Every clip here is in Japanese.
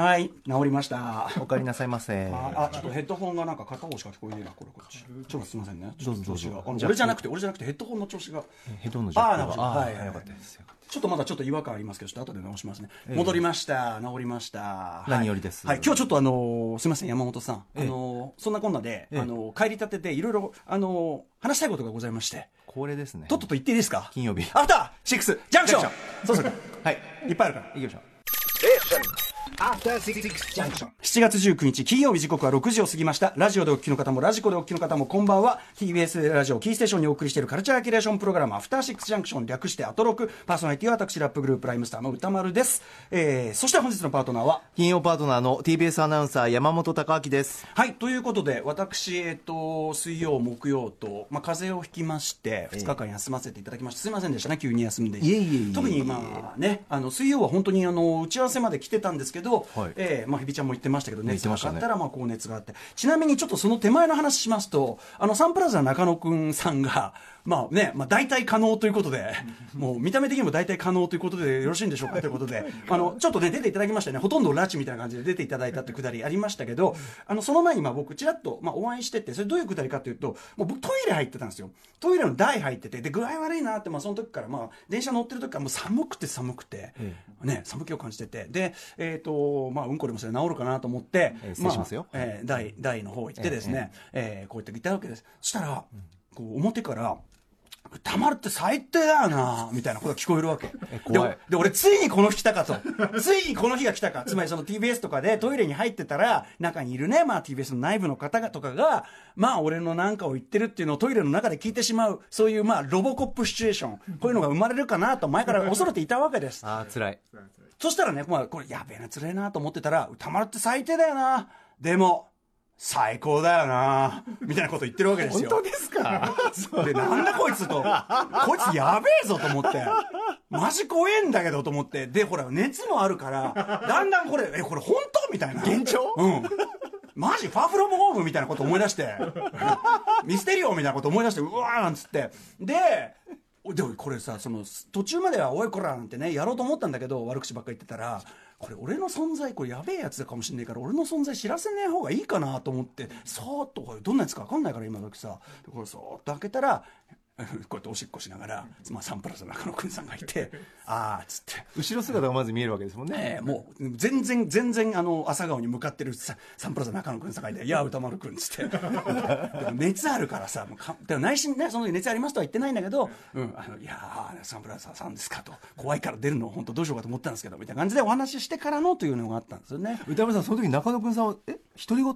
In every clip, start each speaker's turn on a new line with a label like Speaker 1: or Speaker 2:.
Speaker 1: はい、治りました。
Speaker 2: お帰りなさいませ。
Speaker 1: あ、あちょっとヘッドホンがなんか片方しか聞こえねえな、これ、こっち。ちょっとすみませんね。ちょっと
Speaker 2: どう
Speaker 1: 調
Speaker 2: ぞ
Speaker 1: 子
Speaker 2: どう
Speaker 1: があ
Speaker 2: ぞ。
Speaker 1: の
Speaker 2: じゃあ
Speaker 1: 俺じゃなくて、俺じゃなくてヘッドホンの調子が。
Speaker 2: ヘッドホンの状況
Speaker 1: あ
Speaker 2: が
Speaker 1: あ、直し
Speaker 2: あ
Speaker 1: はい、
Speaker 2: ーよかったですよ。
Speaker 1: ちょっとまだちょっと違和感ありますけど、ちょっと後で直しますね。戻りました。治りました。
Speaker 2: 何よりです
Speaker 1: はい、はい今日ちょっとあのーすみません、山本さん。あのーそんなこんなで、あ
Speaker 2: ええ
Speaker 1: のー帰りたてで、いろいろ、あのー話したいことがございまして。
Speaker 2: 恒例ですね。
Speaker 1: とっとと言っていいですか
Speaker 2: 金曜日
Speaker 1: アフターシックスジャンクション
Speaker 2: ジャン
Speaker 1: そうそう。
Speaker 2: はい。
Speaker 1: いっぱいあるから。
Speaker 2: 行きましょう。
Speaker 3: After Six Junction.
Speaker 1: 7月19日金曜日時刻は6時を過ぎましたラジオでお聞きの方もラジコでお聞きの方もこんばんは TBS ラジオキーステーションにお送りしているカルチャーキュレーションプログラムアフターシックスジャンクション略してアトロクパーソナリティは私ラップグループライムスターの歌丸です、えー、そして本日のパートナーは
Speaker 2: 金曜パートナーの TBS アナウンサー山本隆明です。
Speaker 1: はいということで私、えっと水曜木曜と、まあ、風邪をひきまして2日間休ませていただきました、すいませんでしたね急に休んで
Speaker 2: いえいえいえ
Speaker 1: 特にまあねあの水曜は本当にあの打ち合わせまで来てたんですけど、
Speaker 2: はい
Speaker 1: えーまあ、日比ちゃんも言ってましたけど
Speaker 2: 言っ
Speaker 1: 熱
Speaker 2: て
Speaker 1: が
Speaker 2: ま
Speaker 1: 上
Speaker 2: し
Speaker 1: が
Speaker 2: た
Speaker 1: っ
Speaker 2: ね
Speaker 1: たらまあ高熱があってちなみにちょっとその手前の話しますとあのサンプラザ中野くんさんがまあね、まあ、大体可能ということでもう見た目的にも大体可能ということでよろしいんでしょうかということであのちょっとね出ていただきましたねほとんど拉致みたいな感じで出ていただいたってくだりありましたけどあのその前にまあ僕ちらっとまあお会いしててそれどういうくだりかというともう僕トイレ入ってたんですよトイレの台入っててで具合悪いなってまあその時からまあ電車乗ってる時からもう寒くて寒くて、ね、寒気を感じててで、えーとまあ、うんこでもそれ治るかなと思って、
Speaker 2: えー失礼しますよ
Speaker 1: あえー台台の方行ってですね、えーこうやって行ったわけですそしたら、こう表から「たまるって最低だよな」みたいなことが聞こえるわけ
Speaker 2: 怖い
Speaker 1: でで俺ついにこの日来たかと ついにこの日が来たかつまりその TBS とかでトイレに入ってたら中にいるね、まあ、TBS の内部の方がとかがまあ俺のなんかを言ってるっていうのをトイレの中で聞いてしまうそういうまあロボコップシチュエーションこういうのが生まれるかなと前から恐れていたわけです
Speaker 2: あー、辛い。
Speaker 1: そしたらね、まあ、これ、やべえな、つれえなと思ってたら、歌丸って最低だよな。でも、最高だよな。みたいなこと言ってるわけですよ。
Speaker 2: ですか
Speaker 1: で、なんだこいつと。こいつやべえぞと思って。マジ怖えんだけどと思って。で、ほら、熱もあるから、だんだんこれ、え、これ本当みたいな。
Speaker 2: 現状
Speaker 1: うん。マジファーフロムホームみたいなこと思い出して、 ミステリオみたいなこと思い出して、うわーなんつって。で、でもこれさ、その、途中までは、おいこらなんてね、やろうと思ったんだけど、悪口ばっかり言ってたら、これ俺の存在、これやべえやつだかもしんないから、俺の存在知らせねえ方がいいかなと思って、そーっと、これどんなやつかわかんないから、今時さ。でこれそーっと開けたら、 こうやっておしっこしながら、まあ、サンプラザ中野くんさんがいて、あーっつって。
Speaker 2: 後ろ姿がまず見えるわけですもんね。
Speaker 1: ええもう全然全然あの朝顔に向かってるササンプラザ中野くんさかいで「いや歌丸くん」っつってでも熱あるからさもうかでも内心ねその熱ありますとは言ってないんだけど「うん、あのいやーサンプラザさんですか」と「怖いから出るの本当どうしようかと思ったんですけど」みたいな感じでお話ししてからのというのがあったんですよね。
Speaker 2: 歌丸さん、その時中野くんさんは、え独り言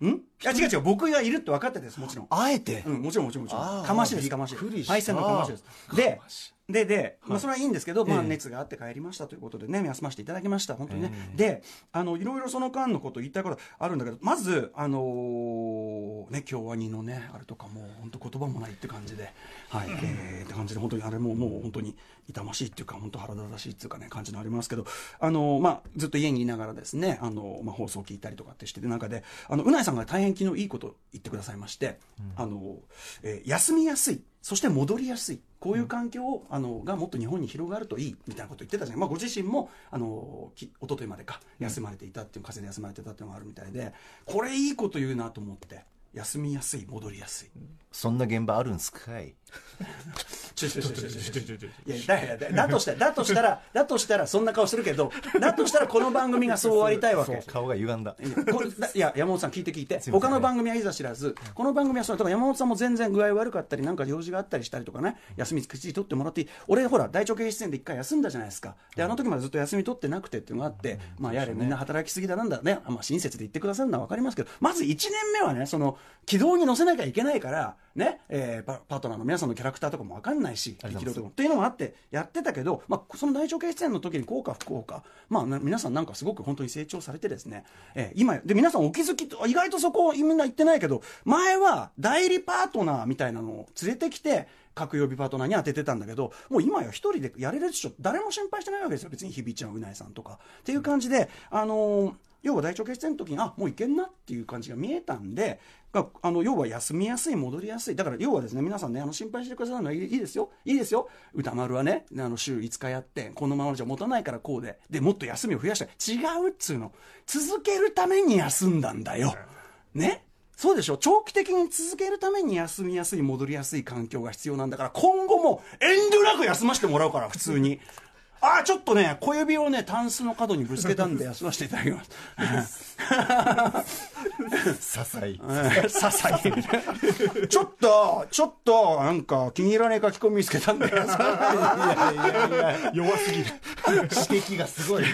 Speaker 1: んいや違う違う僕がいるって分かってですもちろん。
Speaker 2: あえて
Speaker 1: うん、もちろんもちろんもちろ
Speaker 2: あ
Speaker 1: ん。
Speaker 2: ー
Speaker 1: かましです、かまし
Speaker 2: びっくり。した
Speaker 1: 敗戦のかましです。で、で、で、まあそれはいいんですけど、まあ熱があって帰りましたということでね、休ませていただきました、本当にね。で、あの、いろいろその間のこと言いたいことあるんだけど、まず、あのー、ね、京アニのね、あれとかも、本当言葉もないって感じで、はい、えーって感じで、本当にあれももう本当に痛ましいっていうか、本当腹立たしいっていうかね、感じのありますけど、あのー、まあずっと家にいながらですね、あのー、まあ放送を聞いたりとかってしてる中で、あの、うないさんが大変昨日いいこと言ってくださいまして、あの、えー休みやすい、そして戻りやすい、こういう環境を、あのがもっと日本に広がるといいみたいなこと言ってたじゃん、まあ、ご自身もあのき一昨日までか、休まれていたっていう、風邪で休まれてたっていうのがあるみたいで、これいいこと言うなと思って、休みやすい、戻りやすい。
Speaker 2: そんな現場あるんすかい
Speaker 1: ちょちょちょちょちょちょちょいやだいやだだとしたらだとしたらだとしたらそんな顔するけどだとしたらこの番組がそうありたいわけ
Speaker 2: 顔が歪んだ。
Speaker 1: いやこれだ いや山本さん聞いて聞いて
Speaker 2: すいませ
Speaker 1: 他
Speaker 2: ん
Speaker 1: の番組はいざ知らずこの番組はそのだから山本さんも全然具合悪かったりなんか用事があったりしたりとかね休みきっちり取ってもらっていい俺ほら大腸経出演で一回休んだじゃないですかであの時までずっと休み取ってなくてっていうのがあってまあやれみんな働きすぎだなんだねまあ親切で言ってくださるのは分かりますけどまず1年目はねその軌道に乗せなきゃいけないからねえーパパートナーの皆さんのキャラクターとかも分かんないし
Speaker 2: ありが
Speaker 1: 力
Speaker 2: とう
Speaker 1: 道とかも
Speaker 2: ございます
Speaker 1: っていうのもあってやってたけど、まあ、その大腸形出演の時に効果不効果、まあ、な皆さんなんかすごく本当に成長されてですね、えー今で皆さんお気づきと意外とそこみんな言ってないけど前は代理パートナーみたいなのを連れてきて各曜日パートナーに当ててたんだけどもう今や一人でやれるでしょ誰も心配してないわけですよ別に日比ちゃんうないさんとかっていう感じで、あのー要は大腸結節の時にあもういけんなっていう感じが見えたんでがあの要は休みやすい戻りやすいだから要はですね皆さんねあの心配してくださるのはいいいいですよいいですよ歌丸はねあの週5日やってこのままじゃ持たないからこうででもっと休みを増やしたい違うっつうの続けるために休んだんだよ。ねそうでしょ長期的に続けるために休みやすい戻りやすい環境が必要なんだから今後も遠慮なく休ませてもらうから普通に。ああちょっとね小指をねタンスの角にぶつけたんで休ませていただきます
Speaker 2: 些 細
Speaker 1: ささい ちょっとちょっとなんか気に入らねえ書き込み見つけたんだよ
Speaker 4: 弱すぎる
Speaker 2: 指摘が すごい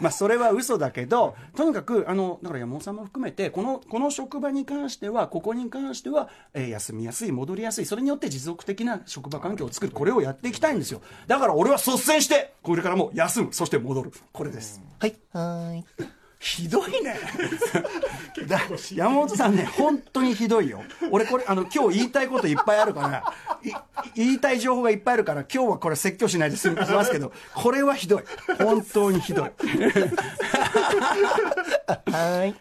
Speaker 1: まあそれは嘘だけどとにかくあのだから山本さんも含めてこのこの職場に関してはここに関しては、えー休みやすい戻りやすいそれによって持続的な職場環境を作るこれをやっていきたいんですよだから俺は率先してこれからも休むそして戻るこれです
Speaker 2: はいは
Speaker 1: ひどいね
Speaker 2: ーいだ
Speaker 1: 山本さんね本当にひどいよ俺これあの今日言いたいこといっぱいあるからい言いたい情報がいっぱいあるから今日はこれ説教しないで済みますけどこれはひどい本当にひどい
Speaker 2: はい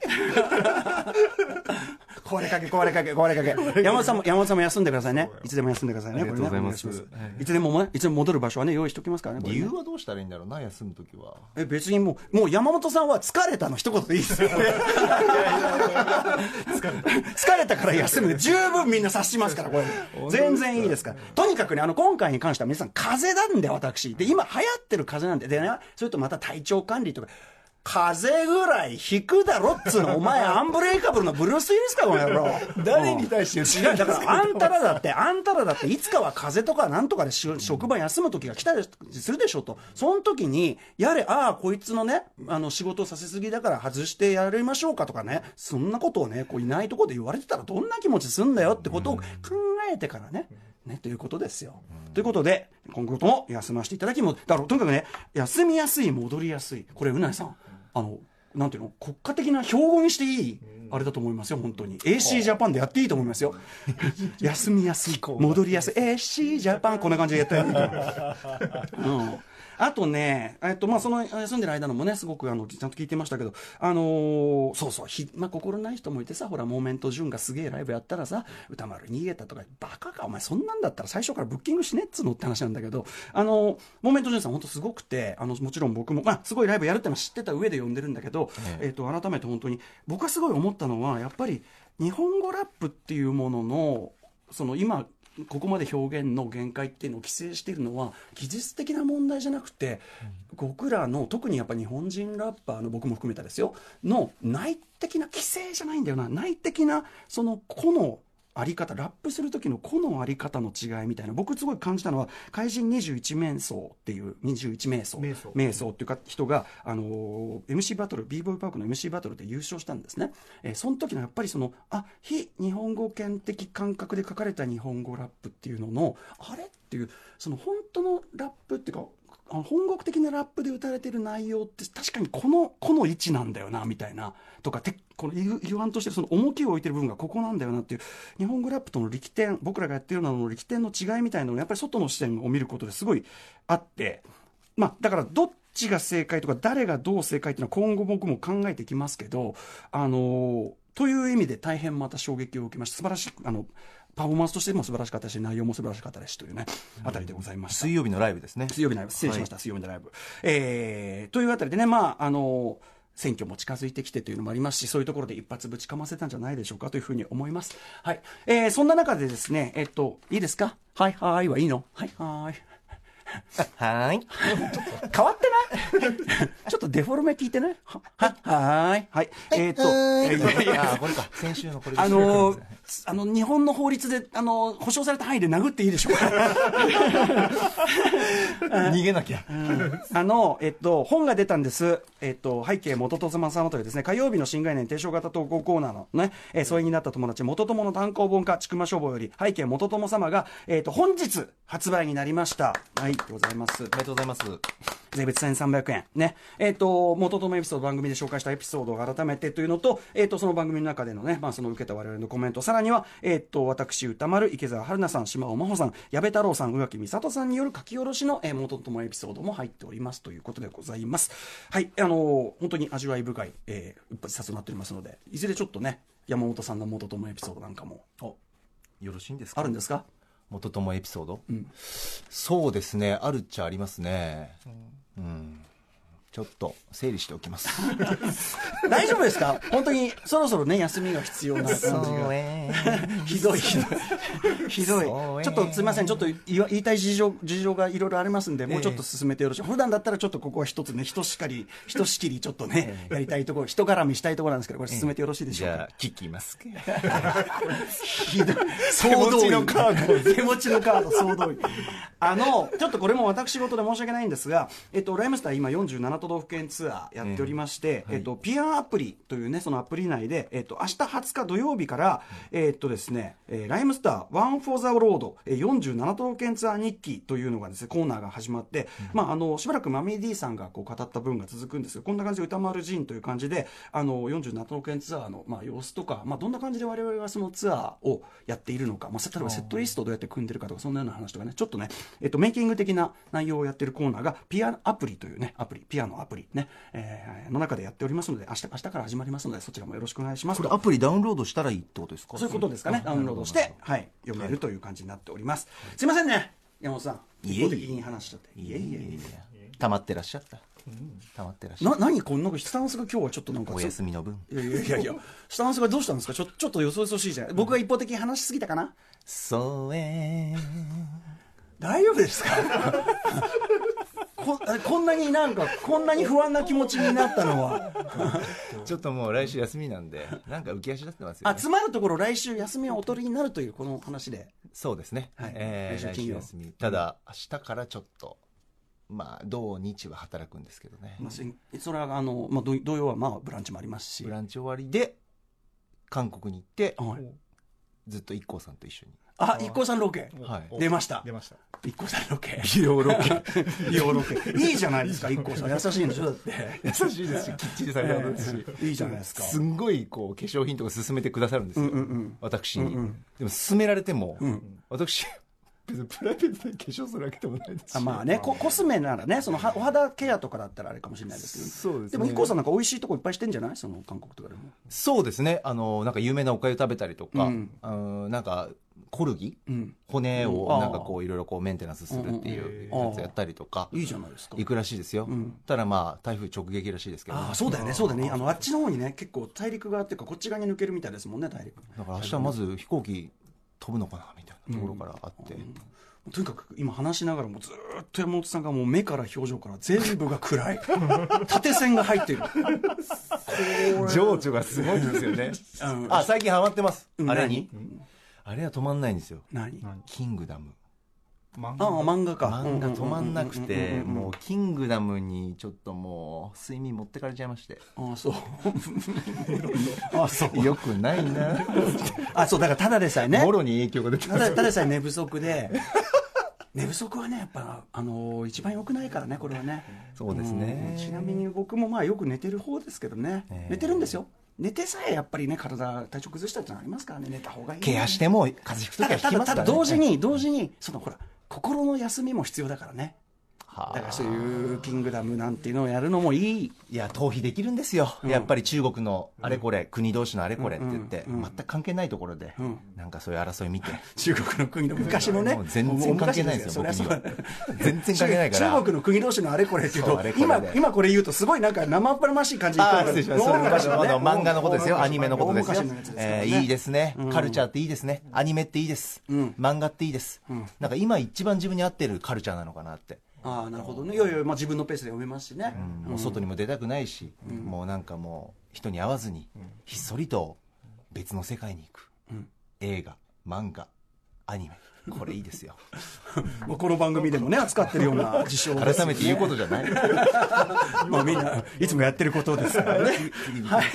Speaker 1: 壊れかけ壊れかけ壊れかけ山本さんも山本さんも休んでくださいねいつでも休んでくださいね
Speaker 2: ありがとうございます
Speaker 1: これねお願いしますいつでもねいつでも戻る場所はね用意しておきますからねこれ
Speaker 2: 理
Speaker 1: ね
Speaker 2: 由はどうしたらいいんだろうな休む時は
Speaker 1: え別にもうもう山本さんは疲れたの一言でいいですよ疲れたから休むで十分みんな察しますからこれ全然いいですからとにかくねあの今回に関しては皆さん風邪なんで私で今流行ってる風邪なんででねそれとまた体調管理とか風邪ぐらい引くだろっつうのお前アンブレイカブルのブルース・ウィリスかこの野郎
Speaker 4: 誰に対して
Speaker 1: 違うだからあんたらだってあんたらだっていつかは風邪とかなんとかでし職場休む時が来たりするでしょとその時にやれああこいつのねあの仕事させすぎだから外してやりましょうかとかねそんなことをねこういないとこで言われてたらどんな気持ちすんだよってことを考えてからねねということですよ。ということで今後とも休ませていただきもだろうとにかくね休みやすい戻りやすいこれうなえさんあのなんていうの国家的な標語にしていいあれだと思いますよ本当に AC ジャパンでやっていいと思いますよ 休みやすい戻りやすい AC ジャパンこんな感じでやったらいいと思いますうんあとね、えっとまあ、その休んでる間のもね、すごくあのちゃんと聞いてましたけど、あのーそうそう、ひまあ、心ない人もいてさ、ほら、モーメント・ジュンがすげえライブやったらさ、歌丸逃げたとか、バカか、お前、そんなんだったら最初からブッキングしねっつうのって話なんだけど、あのーモーメント・ジュンさん、本当すごくて、あのもちろん僕も、まあ、すごいライブやるってのは知ってた上で呼んでるんだけど、えっと改めて本当に、僕はすごい思ったのは、やっぱり日本語ラップっていうものの、その今、ここまで表現の限界っていうのを規制しているのは技術的な問題じゃなくて、僕らの特にやっぱ日本人ラッパーの僕も含めたですよの内的な規制じゃないんだよな内的なその個のあり方ラップする時の個のあり方の違いみたいな僕すごい感じたのは怪人21面相っていう21名相
Speaker 4: 瞑想
Speaker 1: 瞑想っていうか人が、あのー MC バトル b ボーイパークの MC バトルで優勝したんですね、えーその時のやっぱりそのあ非日本語圏的感覚で書かれた日本語ラップっていうののあれっていうその本当のラップっていうかあの本国的なラップで歌われてる内容って確かにこのこの位置なんだよなみたいなとかてこの言う言わんとしてるその重きを置いてる部分がここなんだよなっていう日本語ラップとの力点僕らがやってるようなのの力点の違いみたいなのがやっぱり外の視点を見ることですごいあってまあ、だからどっちが正解とか誰がどう正解っていうのは今後僕も考えていきますけど、あのーという意味で大変また衝撃を受けました素晴らしいあのパフォーマンスとしても素晴らしかったし内容も素晴らしかったですしというね、あたりでございました。
Speaker 2: 水曜日のライブですね
Speaker 1: 水曜日のライブ失礼しました、水曜日のライブ、えーというあたりでねまああの選挙も近づいてきてというのもありますし、そういうところで一発ぶちかませたんじゃないでしょうかというふうに思います。はい。えーそんな中でですね、えっと、いいですかはいはーいはいいのはいはーい。
Speaker 2: はー い
Speaker 1: 変わってないちょっとデフォルメ聞いてない はははーい。はい。えっと、えー
Speaker 2: あ ーこれか先週のこれで す
Speaker 1: あのーつあの、日本の法律で、あのー保障された範囲で殴っていいでしょうか
Speaker 2: 逃げなきゃ
Speaker 1: あの、えっと、本が出たんです。えっと、背景元と様様というですね、火曜日の新概念提唱型投稿コーナーのね、えー疎遠になった友達、元友の単行本化、ちくま消防より、背景元友様が、えっと、本日発売になりました。はい。でございます。
Speaker 2: りがとうございます。
Speaker 1: 税別1300円。ね。えっ、と、元友エピソード番組で紹介したエピソードを改めてというのと、えっ、と、その番組の中でのね、まあ、その受けた我々のコメント、さらには、えっ、と、私、歌丸、池澤春菜さん、島尾真帆さん、矢部太郎さん、宇垣美里さんによる書き下ろしの、えー元友エピソードも入っておりますということでございます。はい。あのー本当に味わい深い、えー、一発撮となっておりますので、いずれちょっとね、山本さんの元友エピソードなんかも、
Speaker 2: お、よろしいんですか
Speaker 1: あるんですか
Speaker 2: 元友エピソード、そうですねあるっちゃありますねうん、ちょっと整理しておきます
Speaker 1: 大丈夫ですか本当に、そろそろね、休みが必要な感じが。 ひどいひど いひどい
Speaker 2: そうえー
Speaker 1: ちょっとすみませんちょっと言わ言いたい事情事情がいろいろありますんでもうちょっと進めてよろしい、普段だったらちょっとここは一つねひとしかりひとしきりちょっとね、やりたいところ人絡みしたいところなんですけどこれ進めてよろしいでし
Speaker 2: じ
Speaker 1: ょう
Speaker 2: ゃ
Speaker 1: か、
Speaker 2: あ聞きますか
Speaker 1: ひどい総動
Speaker 2: 手持ちの
Speaker 1: 員
Speaker 2: カ ー
Speaker 1: 手持ちのカード総動員あのちょっとこれも私事で申し訳ないんですが、えっと、ライムスター今47都道府県ツアーやっておりまして、えっと、ピアアプリというねそのアプリ内で、えっと、明日20日土曜日から、えっとですね、えーライムスターワンフォーザロードえー47都道府県ツアー日記というのがですねコーナーが始まって、まああのしばらくマミー D さんがこう語った分が続くんですがこんな感じで歌丸ジーンという感じであの47都道府県ツアーのまあ様子とかまあどんな感じで我々はそのツアーをやっているのかまあせ例えばセットリストをどうやって組んでるかとかそんなような話とかねちょっとねえっとメイキング的な内容をやってるコーナーがピアアプリというねアプリピアのアプリねえーの中でやっておりますので明日明日から始まりますのでそちらもよろしくお願いします
Speaker 2: これアプリダウンロードしたらいいってことですか
Speaker 1: そういうことですかね、ダウンロードして、はい、読めるという感じになっております。すいませんね、山本さん、
Speaker 2: い
Speaker 1: 一
Speaker 2: えいえ
Speaker 1: 方的に話しちゃって。いえいえ。
Speaker 2: 溜まってらっしゃった溜まってらっしゃ
Speaker 1: な、
Speaker 2: っ
Speaker 1: 何こんなスタンスが今日はちょっとなん
Speaker 2: た
Speaker 1: か。
Speaker 2: お休みの分
Speaker 1: いやいやいやいや、スタンスがどうしたんですかちょちょっとよそよそしいじゃない僕が一方的に話しすぎたかな
Speaker 2: そうえ
Speaker 1: 大丈夫ですか こあこんなになんか、こんなに不安な気持ちになったのは。
Speaker 2: ーちょっともう来週休みなんでなんか浮き足立ってますよ
Speaker 1: あ、
Speaker 2: ね
Speaker 1: つまるところ来週休みをお取りになるというこの話で。
Speaker 2: そうですね、
Speaker 1: はい
Speaker 2: え
Speaker 1: 来
Speaker 2: ー
Speaker 1: 週
Speaker 2: 来週
Speaker 1: 金曜
Speaker 2: 休みただ明日からちょっとまあ土日は働くんですけどね、
Speaker 1: まあ、せんそれはあの、まあ、土土曜はまあ、ブランチもありますし。
Speaker 2: ブランチ終わりで韓国に行って
Speaker 1: はい
Speaker 2: ずっと IKKO さんと一緒に
Speaker 1: あ、一行さんロケ。
Speaker 2: はい
Speaker 1: 出ました
Speaker 4: 出。ました
Speaker 1: 一個さんロケ。美容ロケ。美容ロケ。 いいじゃないですか、一個さん。優 しいんでしょ、だって。
Speaker 2: 優しいですしきっちりされたことですし、
Speaker 1: いいじゃないですか。
Speaker 2: すんごいこう化粧品とか勧めてくださるんですよ、
Speaker 1: うんうん
Speaker 2: 私に、
Speaker 1: うんうん
Speaker 2: でも勧められても、
Speaker 1: ん
Speaker 2: 私別にプライベートで化粧するわけでもないですし
Speaker 1: あまあね、ココスメならね、そのはお肌ケアとかだったらあれかもしれないですけど、
Speaker 2: そうですね
Speaker 1: も、一個さんなんか美味しいとこいっぱいしてんじゃないその韓国とかでも。
Speaker 2: そうですねあのなんか有名なおかゆ食べたりとか、
Speaker 1: うん
Speaker 2: あのなんかコルギ、
Speaker 1: うん。
Speaker 2: 骨
Speaker 1: う
Speaker 2: を
Speaker 1: ん
Speaker 2: なんかこういろいろこうメンテナンスするっていうやつやったりとか、
Speaker 1: いいじゃないですか。
Speaker 2: 行くらしいですよ、ただまあ台風直撃らしいですけどね、
Speaker 1: ああ、そうだよね、そうだね。あの、あっちの方にね、結構大陸側っていうか、こっち側に抜けるみたいですもんね、大陸。
Speaker 2: だから明日まず飛行機飛ぶのかなみたいなところからあって、
Speaker 1: とにかく今話しながらもずーっと山本さんがもう目から表情から全部が暗 い縦線が入ってる
Speaker 2: 情緒がすごいんですよね
Speaker 1: うん
Speaker 2: あ最近ハマってます、
Speaker 1: うん
Speaker 2: あれに、あれは止まんないんですよ
Speaker 1: 何
Speaker 4: 何
Speaker 2: 「キングダム
Speaker 4: 漫
Speaker 1: あ
Speaker 4: 画
Speaker 1: あ漫画」か
Speaker 2: 漫画止まんなく
Speaker 1: うんうん
Speaker 2: て
Speaker 1: うんうん
Speaker 2: もう「キングダム」にちょっともう睡眠持ってかれちゃいまして
Speaker 1: ああそうああそう
Speaker 2: よくないな
Speaker 1: あそうだからただでさえね
Speaker 2: もろに影響が出て
Speaker 1: た
Speaker 2: ます
Speaker 1: だただでさえ寝不足で寝不足はねやっぱあのー一番良くないからねこれはね
Speaker 2: そうですね
Speaker 1: んちなみに僕もまあよく寝てる方ですけどね、
Speaker 2: ええ
Speaker 1: 寝てるんですよ寝てさえやっぱりね体体調崩したってのありますからね寝た方がいいね、
Speaker 2: ケアしても風邪ひく時
Speaker 1: た
Speaker 2: は
Speaker 1: だ
Speaker 2: ひ
Speaker 1: た
Speaker 2: き
Speaker 1: だ
Speaker 2: ます
Speaker 1: た
Speaker 2: から、
Speaker 1: だ
Speaker 2: ね、
Speaker 1: 同時に同時にそのほら心の休みも必要だからね
Speaker 2: はあ
Speaker 1: だからそういう「キングダム」なんていうのをやるのもいい
Speaker 2: いや逃避できるんですよ、
Speaker 1: ん
Speaker 2: やっぱり中国のあれこれ、国同士のあれこれって言って、
Speaker 1: うんうんうん
Speaker 2: 全く関係ないところで、
Speaker 1: うん
Speaker 2: なんかそういう争い見て、
Speaker 1: 中国の国の昔のね
Speaker 2: もう全然関係ないですよ
Speaker 1: もう昔
Speaker 2: 僕に
Speaker 1: そり
Speaker 2: は
Speaker 1: ゃそうだ
Speaker 2: 全然関係ない
Speaker 1: 中
Speaker 2: から
Speaker 1: 中国の国同士のあれこれっていう
Speaker 2: そ
Speaker 1: と
Speaker 2: うあれこれ
Speaker 1: 今
Speaker 2: で
Speaker 1: 今これ言うとすごいなんか生っぱらましい感じに聞こえ
Speaker 2: あー
Speaker 1: る
Speaker 2: 失礼しましたそれ
Speaker 1: 大昔
Speaker 2: 昔のあの
Speaker 1: ね
Speaker 2: 漫画のことですよ
Speaker 1: 大昔
Speaker 2: アニメのことですよ
Speaker 1: 大昔のやつですから
Speaker 2: え
Speaker 1: ね
Speaker 2: ーいいですね、カルチャーっていいですねアニメっていいです、
Speaker 1: ん
Speaker 2: 漫画っていいです、なんか今一番自分に合ってるカルチャーなのかなって、
Speaker 1: ああなるほどねいやいや、まあ、自分のペースで読めますしね、
Speaker 2: もう外にも出たくないし、もうなんかもう人に会わずに、ひっそりと別の世界に行く、映画漫画アニメこれいいです よ
Speaker 1: まあこの番組でもね扱ってるような事象
Speaker 2: 改めて言うことじゃ ない
Speaker 1: まあみんない つもやってることですからね はい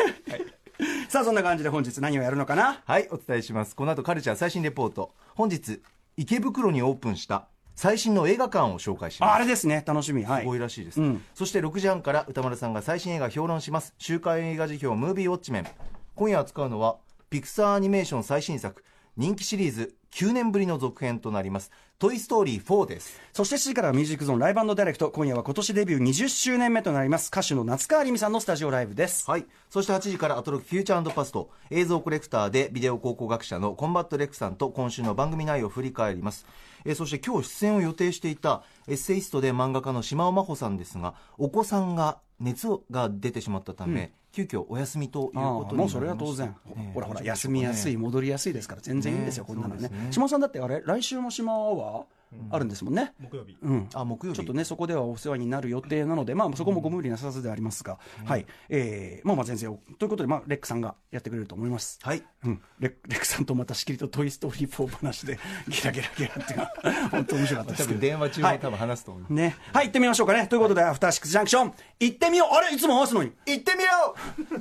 Speaker 1: さあそんな感じで本日何をやるのかな
Speaker 2: はい、お伝えします。この後カルチャー最新レポート。本日、池袋にオープンした最新の映画館を紹介します
Speaker 1: ああれですね楽しみは
Speaker 2: す
Speaker 1: い
Speaker 2: ごいらしいです、
Speaker 1: うん
Speaker 2: そして6時半から歌丸さんが最新映画評論します週刊映画辞表ムービーウォッチメン今夜扱うのはピクサーアニメーション最新作人気シリーズ9年ぶりの続編となります「トイ・ストーリー4」です
Speaker 1: そして7時からはミュージックゾーンライブダイレクト今夜は今年デビュー20周年目となります歌手の夏川りみさんのスタジオライブです
Speaker 2: はいそして8時からアトロクフューチャーパスト映像コレクターでビデオ考古学者のコンバットレックさんと今週の番組内容を振り返りますえーそして今日出演を予定していたエッセイストで漫画家の島尾真帆さんですがお子さんが熱が出てしまったため、急遽お休みという
Speaker 1: ああ
Speaker 2: ことになりまし
Speaker 1: もうそ
Speaker 2: た
Speaker 1: れは当然、
Speaker 2: ね
Speaker 1: ほらほら休みやすい、戻りやすいですから全然いいんですよ、こ
Speaker 2: ね
Speaker 1: んなの
Speaker 2: そ
Speaker 1: ね
Speaker 2: うですね
Speaker 1: 島さんだってあれ来週も島はあるんですもんね、
Speaker 4: 木曜日
Speaker 1: うん、
Speaker 2: あ木曜日
Speaker 1: ちょっとね、そこではお世話になる予定なので、まあ、そこもご無理なさらずではありますが、はい、えーまあまあ全然、ということで、まあ、レックさんがやってくれると思います。
Speaker 2: はい
Speaker 1: うん、レック レックさんとまたしきりと「トイ・ストーリー4」話 でギラギラギラっていうのは本当面白かったです
Speaker 2: 多
Speaker 1: けど
Speaker 2: 分電話中
Speaker 1: は
Speaker 2: も
Speaker 1: い
Speaker 2: 多分話すと思う、
Speaker 1: ねはい行ってみましょうかねということで「アフターシックスジャンクション」行ってみようあれいつも話すのに
Speaker 2: 行ってみよ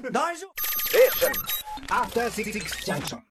Speaker 2: う
Speaker 1: 大丈夫
Speaker 3: After Six Junction.